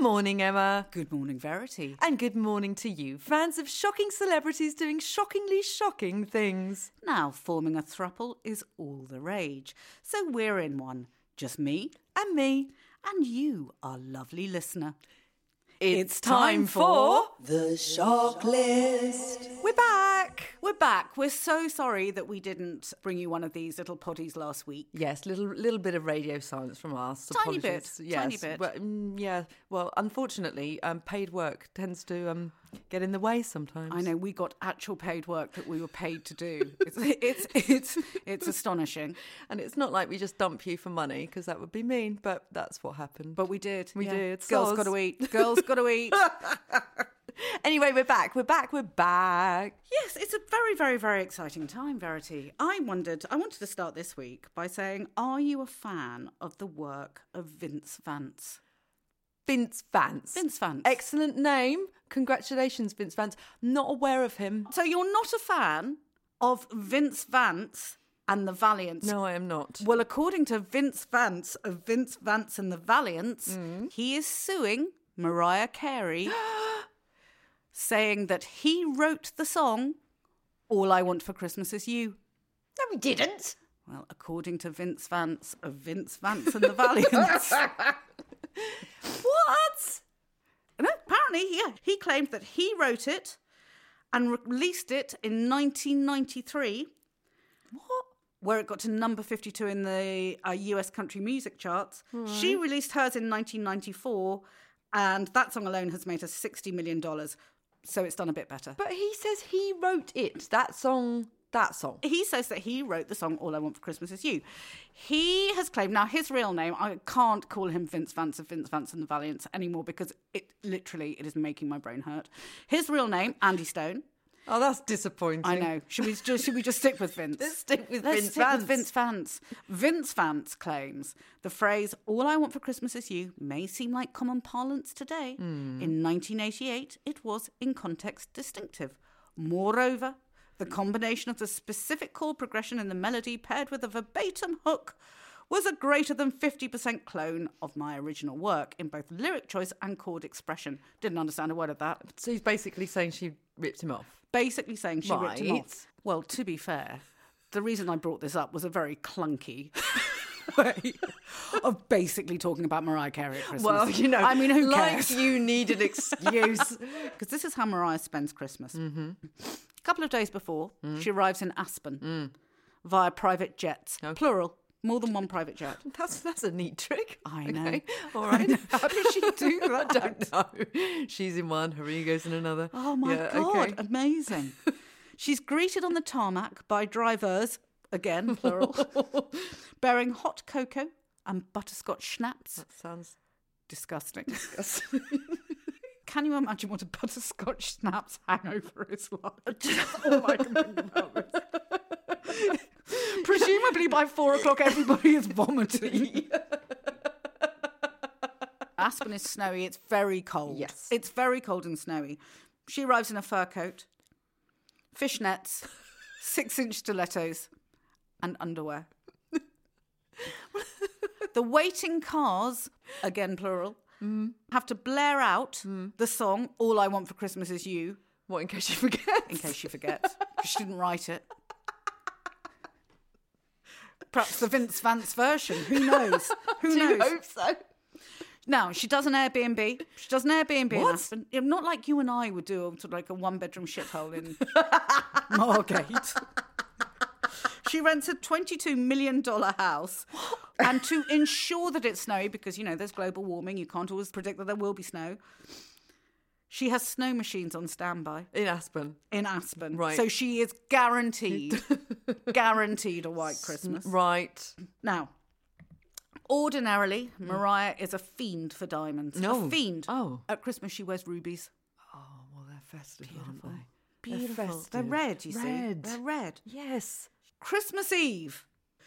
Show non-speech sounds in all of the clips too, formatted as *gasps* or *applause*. morning, Emma. Good morning, Verity. And good morning to you, fans of shocking celebrities doing shockingly shocking things. Now, forming a thruple is all the rage. So we're in one. Just me And me. and you, our lovely listener. It's time for. The shock list. We're back. We're back. We're so sorry that we didn't bring you one of these little potties last week. Yes, little little bit of radio silence from us. Tiny bit, Apologies. Yes. tiny bit. Well, mm, yeah. Well, unfortunately, um, paid work tends to um, get in the way sometimes. I know we got actual paid work that we were paid to do. It's it's it's, *laughs* it's astonishing, And it's not like we just dump you for money because that would be mean, but that's what happened. but we did. We did. Girls Soz. got to eat. Girls got to eat. anyway, we're back. We're back. We're back. Yes, it's a very, very, very exciting time, Verity. I wondered, I wanted to start this week by saying, are you a fan of the work of Vince Vance? Vince Vance. Vince Vance. Excellent name. Congratulations, Vince Vance. Not aware of him. so you're not a fan of Vince Vance and the Valiants? No, I am not. Well, according to Vince Vance of Vince Vance and the Valiants, he is suing Mariah Carey, *gasps* saying that he wrote the song All I Want for Christmas Is You. No, we didn't. Well, according to Vince Vance of Vince Vance and the Valiants. What? No, apparently, yeah, he claimed that he wrote it and released it in 1993. What? Where it got to number 52 in the uh, US country music charts. She released hers in 1994, and that song alone has made her $60 million. So it's done a bit better. But But he says he wrote it. That song. That song. he says that he wrote the song All I Want for Christmas Is You. He has claimed, now his real name, I can't call him Vince Vance of Vince Vance and the Valiants anymore because it literally it is making my brain hurt. His real name, Andy Stone. Oh, that's disappointing. I know. Should we just should we just stick with Vince? Let's stick with Let's Vince stick Vance. With Vince Vance. Vince Vance claims the phrase "All I want for Christmas is you" may seem like common parlance today. Hmm. In 1988, it was in context distinctive. Moreover, the combination of the specific chord progression in the melody paired with a verbatim hook was a greater than 50% clone of my original work in both lyric choice and chord expression. Didn't understand a word of that So he's basically saying she ripped him off. basically saying she ripped him Right. off. Well, to be fair, the reason I brought this up was a very clunky *laughs* way of basically talking about Mariah Carey at Christmas. Well, you know, I mean, who like cares? you need an *laughs* excuse. Because this is how Mariah spends Christmas. Mm-hmm. A couple of days before, Mm. she arrives in Aspen via private jets, plural, more than one private jet. that's that's a neat trick. I know. *laughs* All right. *laughs* How does she do that? I don't know. She's in one. Her ego's in another. Oh my Yeah, god, okay. *laughs* amazing. She's greeted on the tarmac by drivers, *laughs* again plural, bearing hot cocoa and butterscotch schnapps. Sounds. Disgusting. *laughs* Can you imagine what a butterscotch schnapps hangover is like? That's oh all I *laughs* can think about. *laughs* Presumably by four o'clock, everybody is vomiting. *laughs* Aspen is snowy. It's very cold. Yes. It's very cold and snowy. She arrives in a fur coat, fishnets, six inch stilettos, and *laughs* underwear. the waiting cars, again plural, have to blare out the song All I Want for Christmas Is You What in case you forget? in case she forgets. 'cause she didn't write it. Perhaps the Vince Vance version. Who knows? Who Do you knows? hope so? No, she does an Airbnb. She does an Airbnb. What? In Aspen. Yeah, Not like you and I would do, sort of like a one bedroom shithole in *laughs* Margate. She rents a $22 million house. And to ensure that it's snowy, because, you know, there's global warming, you can't always predict that there will be snow. She has snow machines on standby In Aspen. in Aspen. Right. So she is guaranteed, guaranteed a white Christmas. Right. Now, ordinarily, Mariah is a fiend for diamonds. No. A fiend. Oh. At Christmas, she wears rubies. Oh well, they're festive, aren't they? Beautiful. They're festive. red, you Red. see. They're red. Yes. Christmas Eve.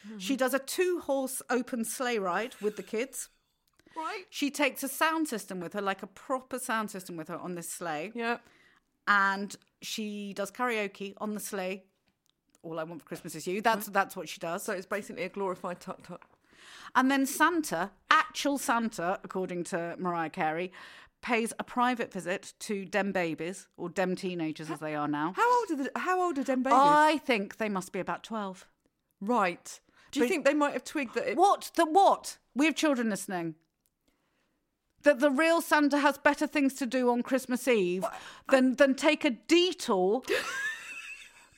Hmm. She does a two horse open sleigh ride with the kids. Right. She takes a sound system with her, like a proper sound system with her on this sleigh. Yeah. And she does karaoke on the sleigh. All I want for Christmas is you. That's that's what she does. So it's basically a glorified tuck tuck. And then Santa, actual Santa, according to Mariah Carey, pays a private visit to dem babies or dem teenagers as they are now. How old are the, how old are them babies? I think they must be about 12. right. Do you But- think they might have twigged that it What? The what? We have children listening. That the real Santa has better things to do on Christmas Eve than, than take a detour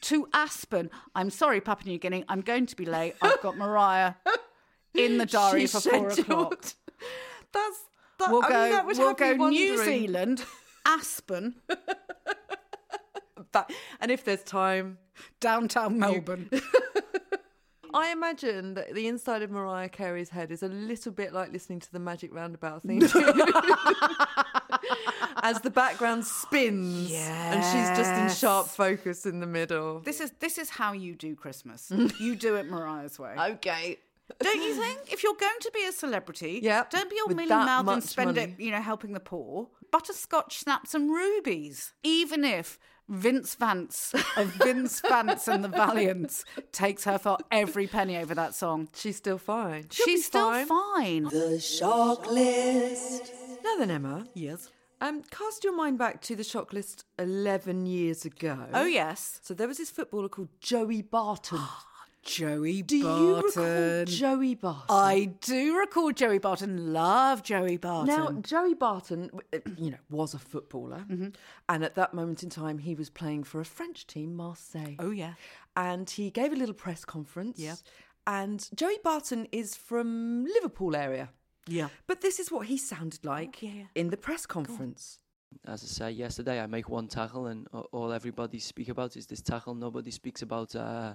to Aspen. I'm sorry, Papua New Guinea. I'm going to be late. I've got Mariah in the diary She's for four o'clock. scheduled. *laughs* That's that, We'll I go, mean, that would we'll have go me wondering. New *laughs* Zealand, Aspen, That- and if there's time, downtown Melbourne. I imagine that the inside of Mariah Carey's head is a little bit like listening to the Magic Roundabout theme *laughs* tune. as the background spins, and she's just in Yes. sharp focus in the middle. *laughs* This is this is how you do *laughs* Christmas. you do it Mariah's way. Okay. Don't you think? If you're going to be a celebrity, Yep. don't be all With milly that mouth much and spend money. it, you know, helping the poor. Butterscotch snaps and rubies. Even if Vince Vance *laughs* of Vince Vance and the Valiants takes her for every penny over that song. She's still fine. She'll be She's still fine. The shock list. Now then, Emma. Yes. Um, cast your mind back to the shock list 11 years ago. Oh yes. So there was this footballer called Joey Barton. Joey Do you recall Joey Barton? I do recall Joey Barton. Love Joey Barton. Mm-hmm. Now, Joey Barton, eh, *clears throat* you know, was a footballer. And at that moment in time, he was playing for a French team, Marseille. oh yeah. And he gave a little press conference. Yeah. And Joey Barton is from Liverpool area. Yeah. But this is what he sounded like yeah, yeah. in the press conference. as I said yesterday, I make one tackle, and a- all everybody speak about is this tackle. Nobody speaks about uh,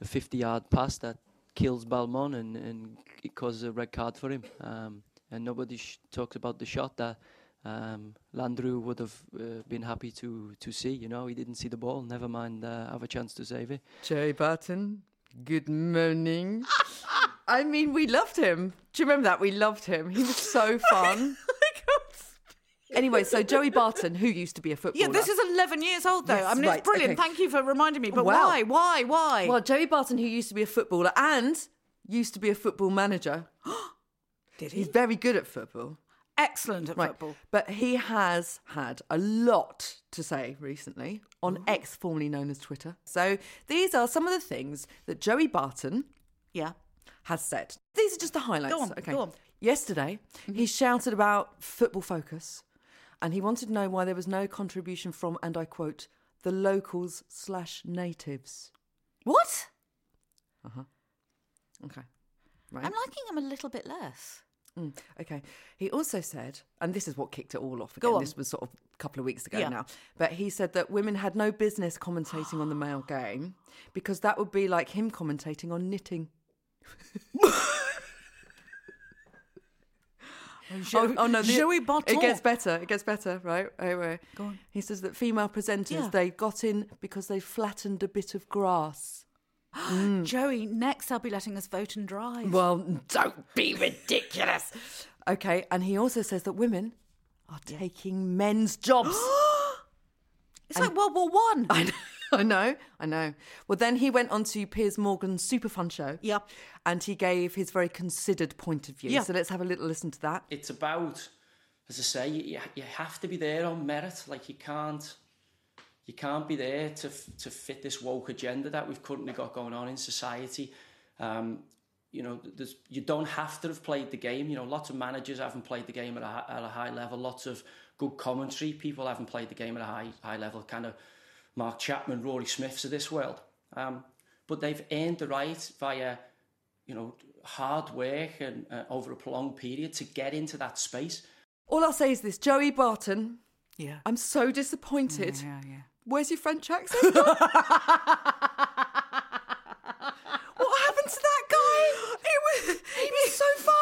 the 50-yard pass that kills Balmon and, and it causes a red card for him. Um, and nobody sh- talks about the shot that um, Landru would have uh, been happy to to see. You know, he didn't see the ball. Never mind, uh, have a chance to save it. Joey Barton, good *laughs* morning. I mean, we loved him. Do you remember that? We loved him. He was *laughs* so fun. Anyway, so Joey Barton, who used to be a footballer. Yeah, this is 11 years old though. Yes, I mean, right, it's brilliant. okay. Oh, Thank you for reminding me. But Wow. why? Why? Why? Well, Joey Barton, who used to be a footballer and used to be a football manager, Did he's very good at football. Excellent at Right. football. But he has had a lot to say recently on X, formerly known as Twitter. So these are some of the things that Joey Barton Yeah. has said. These are just the highlights. Go on, okay. go on. Mm-hmm. Yesterday, he shouted about football focus and he wanted to know why there was no contribution from, and I quote, the locals slash natives. What? Okay. Right. I'm liking him a little bit less. Mm, okay. He also said, and this is what kicked it all off again. Go on. This was sort of a couple of weeks ago Yeah. now. But he said that women had no business commentating on the *gasps* male game because that would be like him commentating on knitting. Jo- Oh, the- Joey Barton. It gets better. It gets better, right? Anyway. Go on. He says that female presenters Yeah. they got in because they flattened a bit of grass. Joey, next they'll be letting us vote and drive. Well, don't be ridiculous. Okay, and he also says that women are taking men's *gasps* jobs. it's like World War One. I know, *laughs* I know, I know. Well, then he went on to Piers Morgan's super fun show. Yeah. And he gave his very considered point of view. Yeah. So let's have a little listen to that. it's about, as I say, you, you- you have to be there on merit. Like you can't, you can't be there to f- to fit this woke agenda that we've currently got going on in society. Um, you know, there's, you don't have to have played the game. You know, lots of managers haven't played the game at a, hi- at a high level. Lots of good commentary people haven't played the game at a high high level. Kind of Mark Chapman, Rory Smiths of this world. Um, but they've earned the right via you know, hard work and uh, over a prolonged period to get into that space. All I'll say is this Joey Barton, yeah. I'm so disappointed. Yeah, yeah. Where's your French accent? *laughs* what happened to that guy? It was, it was so *laughs* fun.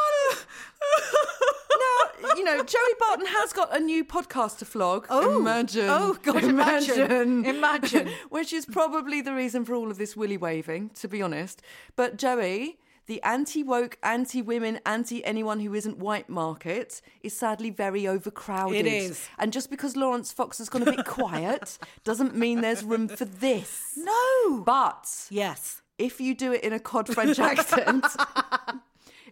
now, you know, Joey Barton has got a new podcast to flog. Oh. imagine. Oh, God, imagine. *laughs* Imagine. Which is probably the reason for all of this willy waving, to be honest. But Joey. The anti woke, anti women, anti anyone who isn't white market is sadly very overcrowded. It is. And just because Lawrence Fox has gone a bit *laughs* quiet doesn't mean there's room for this. No. But Yes. *laughs* if you do it in a cod French accent,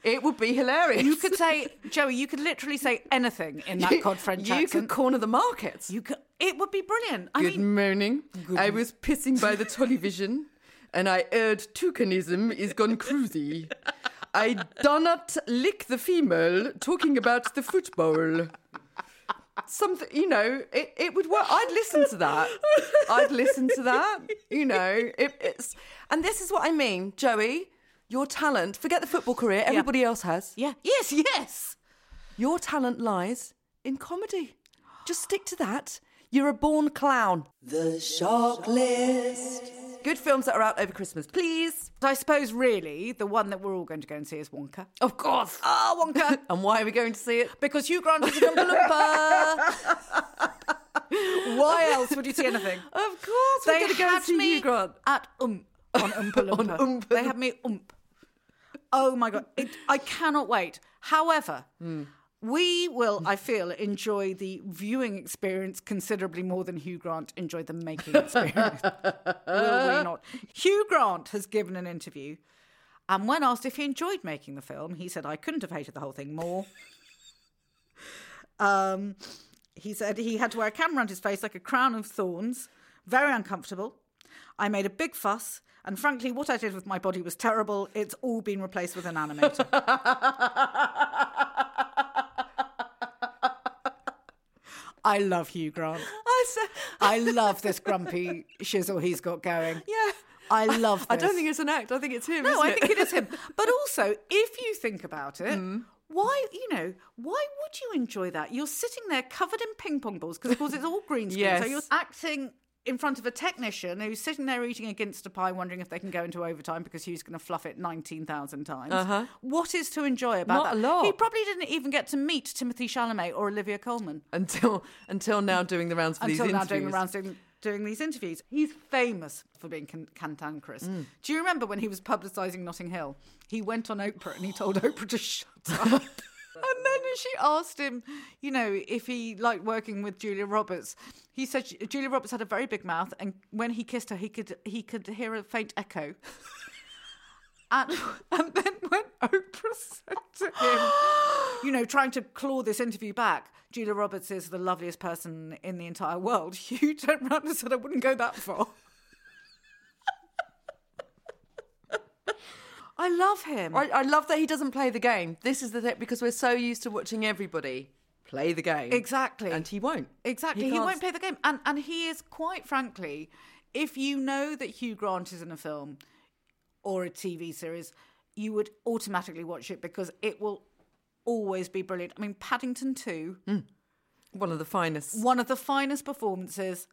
It would be hilarious. You could say, Joey, you could literally say anything in that cod French You could accent. corner the market. you could, it would be brilliant. I Good mean, morning. I was pissing by the *laughs* television and I heard toucanism is gone cruisy. I do not lick the female talking about the football. Something, you know, it, it would work. I'd listen to that. I'd listen to that. You know, it, it's. And this is what I mean, Joey, your talent, forget the football career, everybody else has. yeah, yes, yes. Your talent lies in comedy. Just stick to that. You're a born clown. The Shock List. Good films that are out over Christmas, please. I suppose really the one that we're all going to go and see is Wonka. Of course. Ah, Wonka. and why are we going to see it? *laughs* Because Hugh Grant is *laughs* an Oompa Loompa. Why else would you see anything? Of course, They we're going to go had and see me Hugh Grant. At um *laughs* on Oompa On Loompa. Oompa They had me ump. Oh my god, it, I cannot wait. However, we will, I feel, enjoy the viewing experience considerably more than Hugh Grant enjoyed the making *laughs* experience. will we not? Hugh Grant has given an interview, and when asked if he enjoyed making the film, he said, "I couldn't have hated the whole thing more." *laughs* Um, he said he had to wear a camera around his face like a crown of thorns. Very uncomfortable. I made a big fuss, and frankly, what I did with my body was terrible. It's all been replaced with an *laughs* animator. I love Hugh Grant. I said, I love this grumpy shizzle he's got going. *laughs* yeah. I love this. I don't think it's an act. I think it's him. No, isn't I it? think it is him. But also, if you think about it, Mm. why you know why would you enjoy that? You're sitting there covered in ping pong balls because of course it's all green screen. So Yes. you're acting in front of a technician who's sitting there eating against a pie, wondering if they can go into overtime because Hugh's going to fluff it nineteen thousand times. What is to enjoy about Uh-huh. Not that? a lot. He probably didn't even get to meet Timothy Chalamet or Olivia Colman *laughs* until until now doing the rounds for until these now interviews. doing the rounds doing, doing these interviews. He's famous for being can- cantankerous. Mm. Do you remember when he was publicising Notting Hill? He went on Oprah and he told *laughs* Oprah to shut up. *laughs* and then she asked him, you know, if he liked working with Julia Roberts. He said she- Julia Roberts had a very big mouth, and when he kissed her, he could he could hear a faint *laughs* echo. And, and then when Oprah said to him, you know, trying to claw this interview back, Julia Roberts is the loveliest person in the entire world. *laughs* Hugh turned round and said, I wouldn't go that far. I love him. I, I love that he doesn't play the game. This is the thing because we're so used to watching everybody play the game. Exactly. And he won't. Exactly. He, can't won't play the game. And and he is quite frankly, if you know that Hugh Grant is in a film or a TV series, you would automatically watch it because it will always be brilliant. I mean, Paddington 2, One of the finest. one of the finest performances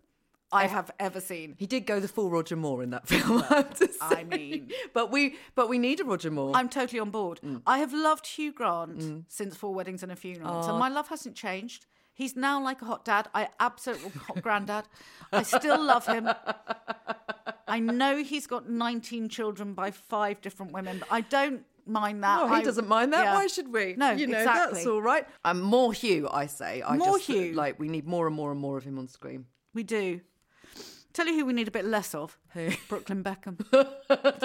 I have ever seen. He did go the full Roger Moore in that *laughs* film. I, have to I say. mean- but we but we need a Roger Moore. I'm totally on board. Mm. I have loved Hugh Grant since Four Weddings and a Funeral. So my love hasn't changed. He's now like a hot dad. I absolutely hot granddad. I still *laughs* love him. I know he's got 19 children by five different women, but I don't mind that. No, Oh, he uh, I- doesn't mind that. yeah. Why should we? No, you know exactly. that's all right. And more Hugh, I say. I More just, Hugh. Like we need more and more and more of him on screen. We do. Tell you who we need a bit less of. Brooklyn Beckham. *laughs*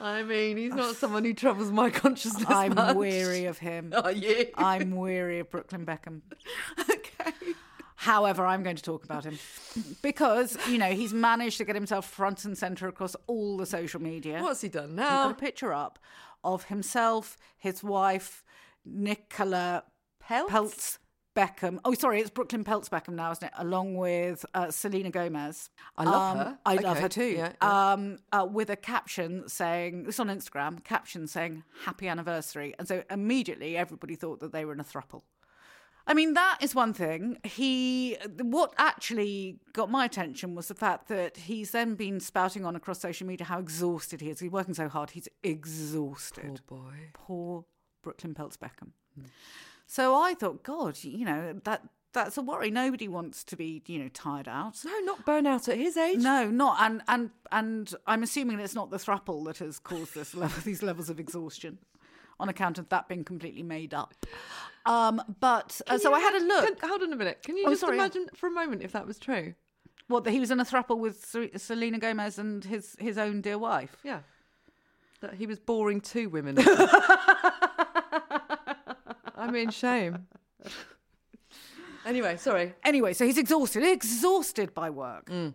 I mean, he's *laughs* not someone who troubles my consciousness. I'm much. *laughs* weary of him. Are you? *laughs* I'm weary of Brooklyn Beckham. okay. However, I'm going to talk about him *laughs* because, you know, he's managed to get himself front and centre across all the social media. What's he done He put a *laughs* now? picture up of himself, his wife, Nicola Peltz? Peltz Beckham. Oh, sorry, it's Brooklyn Peltz Beckham now, isn't it? Along with uh, Selena Gomez. I love her. Um, I love Okay. her too. Yeah, yeah. Um, uh, with a caption saying, this on Instagram, caption saying, happy anniversary. And so immediately everybody thought that they were in a thruple. I mean, that is one thing. He, what actually got my attention was the fact that he's then been spouting on across social media how exhausted he is. He's working so hard, he's exhausted. Poor boy. Poor Brooklyn Peltz Beckham. So I thought, God, you know, that that's a worry. Nobody wants to be, you know, tired out. No, not burnout at his age. No, not and and and I'm assuming it's not the thruple that has caused this *laughs* level, these levels of exhaustion, on account of that being completely made up. Um, but uh, so I had a look. Can- hold on a minute. Can you Oh, just sorry, yeah. imagine for a moment if that was true? What, that he was in a throuple with Ser- Selena Gomez and his, his own dear wife? Yeah. That he was boring two *laughs* women. I think. I mean, shame. Anyway, sorry. Anyway, so he's exhausted, exhausted by work. Mm.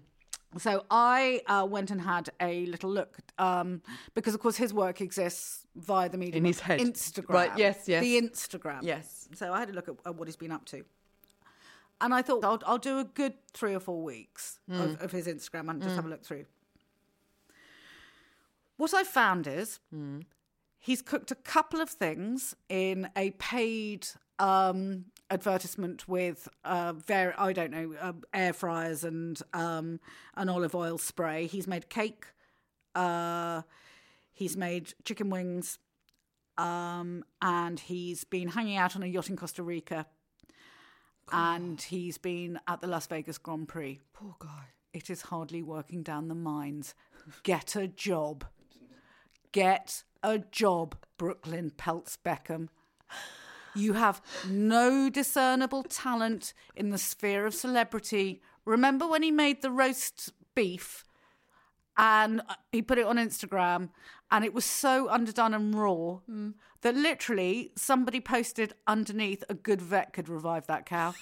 So I uh, went and had a little look um, because, of course, his work exists via the medium In his of head. Instagram. Right, yes, yes. The Instagram. Yes. So I had a look at, at what he's been up to. And I thought, I'll, I'll do a good three or four weeks of, of his Instagram and just have a look through. What I found is he's cooked a couple of things in a paid um, advertisement with uh, var- I don't know uh, air fryers and um, an olive oil spray. He's made cake. Uh, he's made chicken wings, um, and he's been hanging out on a yacht in Costa Rica. And he's been at the Las Vegas Grand Prix. Poor guy. It is hardly working down the mines. Get a job get a job, Brooklyn Peltz Beckham. You have no discernible talent in the sphere of celebrity. Remember when he made the roast beef and uh, he put it on Instagram and it was so underdone and raw Mm. that literally somebody posted underneath a good vet could revive *laughs* that cow.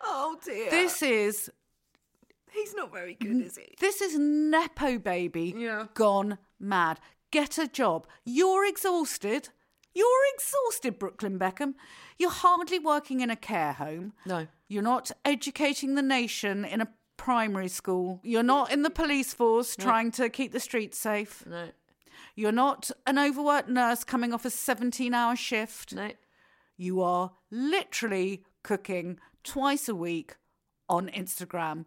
Oh dear. This is he's not very good, is he? This is Nepo baby Yeah. gone mad. Get a job. You're exhausted. You're exhausted, Brooklyn Beckham. You're hardly working in a care home. No. You're not educating the nation in a primary school. You're not in the police force trying to keep the streets safe. No. You're not an overworked nurse coming off a 17 hour shift. No. You are literally cooking twice a week on Instagram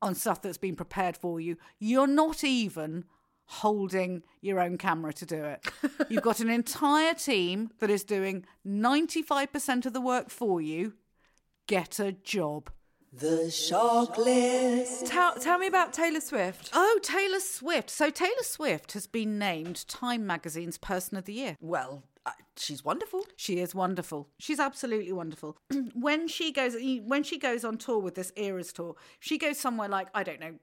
on stuff that's been prepared for you. You're not even holding your own camera to do it. You've got an entire team that is doing 95% of the work for you. Get a job. The shock list. Tell, tell me about Taylor Swift. Oh, Taylor Swift. So Taylor Swift has been named Time Magazine's Person of the Year. Well, uh, she's wonderful. She is wonderful. She's absolutely wonderful. *clears throat* when she goes, when she goes on tour with this Eras tour, she goes somewhere like I don't know,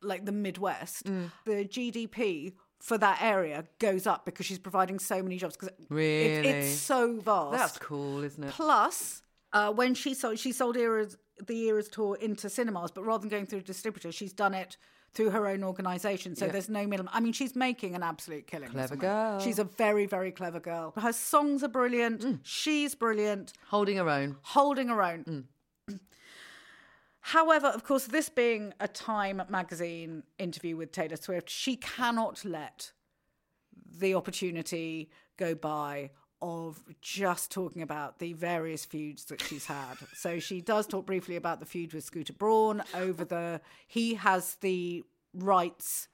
like the Midwest. Mm. The GDP for that area goes up because she's providing so many jobs. Because Really? it's so vast. That's cool, isn't it? Plus, uh, when she sold, she sold Eras, the Eras tour into cinemas, but rather than going through a distributor, she's done it through her own organisation. So there's no middleman. I mean, she's making an absolute killing. or Clever something. girl. Mm. She's a very, very clever girl. Her songs are brilliant. She's brilliant, Holding her own. holding her own. Mm. *clears throat* However, of course, this being a Time magazine interview with Taylor Swift, she cannot let the opportunity go by of just talking about the various feuds that *laughs* she's had. so she does talk briefly about the feud with Scooter Braun over the he has the rights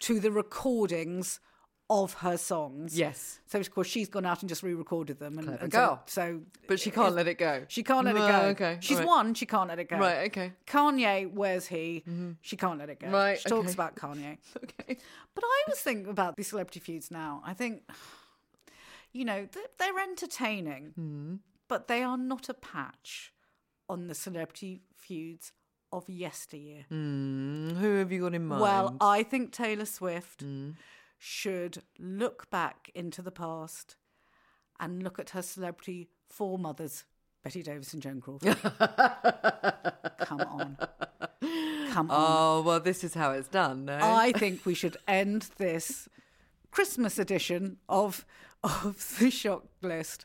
to the recordings of her songs. Yes. So of course she's gone out and just re-recorded them and, and girl. So, so But she can't let it go. she can't let it No, go. Okay. She's all right. won, she can't let it go. Right, okay. *laughs* Mm-hmm. Kanye, where's he? She can't let it go. Right, She talks okay. about Kanye. Okay. But I was thinking about these celebrity feuds now. I think, *sighs* you know, they're, they're entertaining, Hmm. but they are not a patch on the celebrity feuds of yesteryear. Mm, who have you got in mind? Mm. Well, I think Taylor Swift should look back into the past and look at her celebrity foremothers, Betty Davis and Joan *laughs* Crawford. Come on. Come on. oh, well, this is how it's done, no? I think we should end this Christmas edition of of the shock list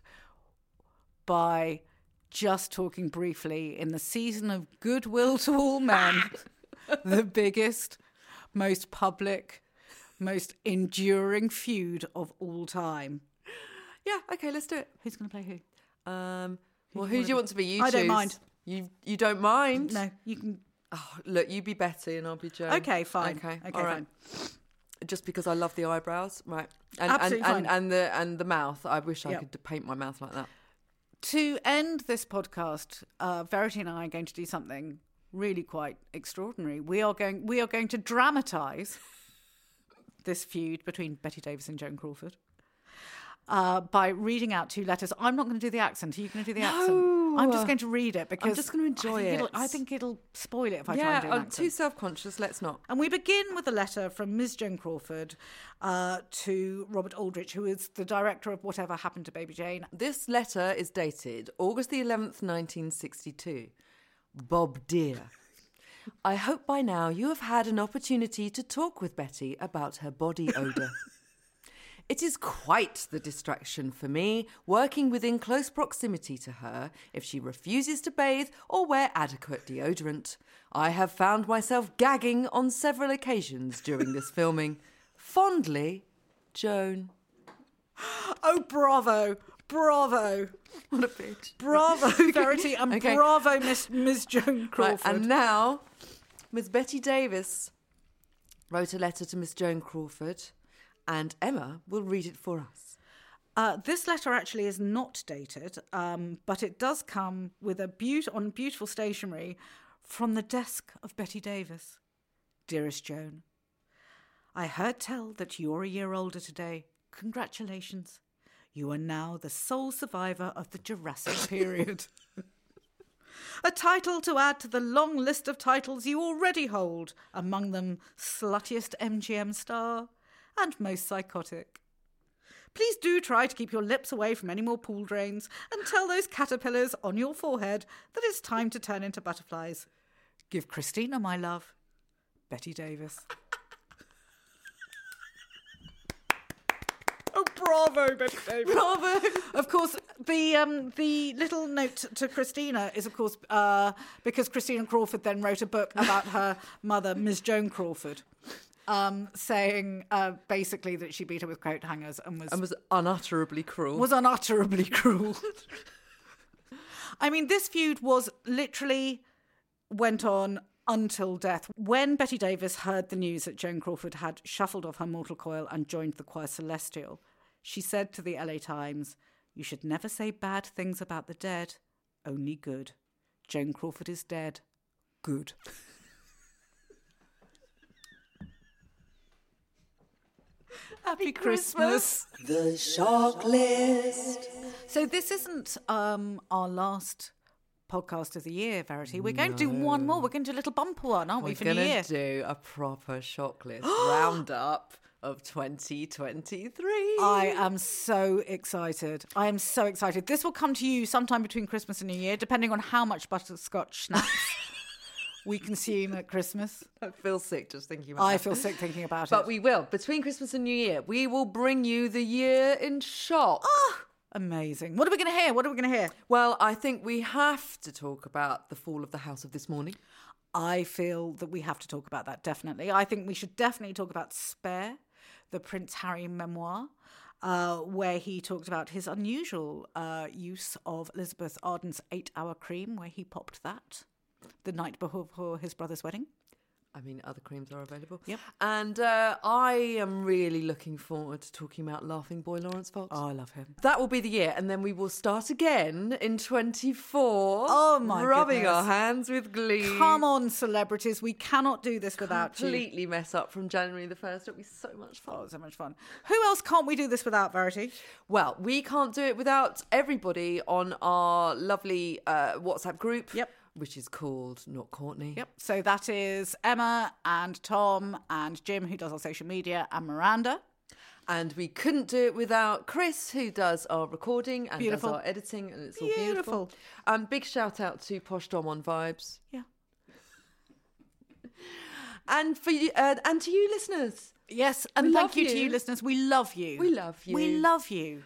by just talking briefly in the season of goodwill to all men, the biggest, most public, most enduring feud of all time. yeah, okay, let's do it. Who's going to play who? Um, well, who do you want to be? You I don't choose. mind. You, you don't mind? Oh, No, you can. Look, you be Betty and I'll be Joan. Okay, fine. Um, Okay, Okay, all right. fine. Just because I love the eyebrows, right? And, Absolutely and, and, fine. and the and the mouth. I wish I Yep. could paint my mouth like that. To end this podcast, uh, Verity and I are going to do something really quite extraordinary. We are going we are going to dramatise this feud between Betty Davis and Joan Crawford uh, by reading out two letters. I'm not going to do the accent. Are you going to do the accent? I'm just going to read it because just gonna enjoy I think it. I think it'll spoil it if I try and do yeah, an I'm accent. too self-conscious. Let's not. And we begin with a letter from Ms. Joan Crawford uh, to Robert Aldrich, who is the director of Whatever Happened to Baby Jane. This letter is dated August the 11th, 1962. Bob dear, I hope by now you have had an opportunity to talk with Betty about her body *laughs* odour. It is quite the distraction for me working within close proximity to her if she refuses to bathe or wear adequate deodorant. I have found myself gagging on several occasions during this filming. Fondly, Joan. Oh, bravo! Bravo! What a bitch. Bravo, Verity, and Okay. bravo, Miss, Ms. Joan Crawford. Right, and now, Miss Betty Davis wrote a letter to Miss Joan Crawford, and Emma will read it for us. Uh, this letter actually is not dated, um, but it does come with a beaut- on beautiful stationery from the desk of Betty Davis. Dearest Joan, I heard tell that you're a year older today. Congratulations. You are now the sole survivor of the Jurassic period. A title to add to the long list of titles you already hold, among them Sluttiest MGM Star and Most Psychotic. Please do try to keep your lips away from any more pool drains and tell those caterpillars on your forehead that it's time to turn into butterflies. Give Christina my love, Betty Davis. oh, bravo, Betty Davis. Bravo. Of course, the um, the little note to Christina is, of course, uh, because Christina Crawford then wrote a book *laughs* about her mother, Ms. Joan Crawford. Um, saying uh, basically that she beat her with coat hangers and was And was unutterably cruel. was unutterably *laughs* cruel. I mean, this feud was literally went on until death. When Betty Davis heard the news that Joan Crawford had shuffled off her mortal coil and joined the choir celestial, she said to the LA Times, You should never say bad things about the dead, only good. Joan Crawford is dead. Good. Happy Christmas. The shock list. So this isn't um, our last podcast of the year, Verity. We're going to do one more. We're going to do a little bumper one, aren't we, We're for New gonna Year? do a proper shock *gasps* list roundup of 2023. I am so excited. I am so excited. This will come to you sometime between Christmas and New Year, depending on how much butterscotch schnapps we consume at Christmas. I feel sick just thinking about I that. feel sick thinking about Uh-huh. But it. we will. Between Christmas and New Year, we will bring you the year in shock. Amazing. What are we going to hear? What are we going to hear? Well, I think we have to talk about the fall of the house of this morning. I feel that we have to talk about that definitely. I think we should definitely talk about Spare, the Prince Harry memoir, uh, where he talked about his unusual uh, use of Elizabeth Arden's eight hour cream, where he popped that the night before his brother's wedding. I mean, other creams are available. Yep. And uh, I am really looking forward to talking about Laughing Boy Lawrence Fox. Oh, I love him. That will be the year, and then we will start again in 24. Oh, my Rubbing goodness. our hands with glee. Come on, celebrities. We cannot do this without you. Completely mess up from January the 1st. It'll be so much fun. Oh, so much fun. Who else can't we do this without, Verity? Well, we can't do it without everybody on our lovely uh, WhatsApp group. Yep. Which is called Not Courtney. Yep. So that is Emma and Tom and Jim, who does our social media, and Miranda. And we couldn't do it without Chris, who does our recording and Beautiful. does our editing, and it's all Beautiful. beautiful. Um, big shout out to Posh Dom on Vibes, Yeah. and for you, uh, and to you listeners. Yes, and We thank love you, to you you. listeners. We love you. We love We you. love you.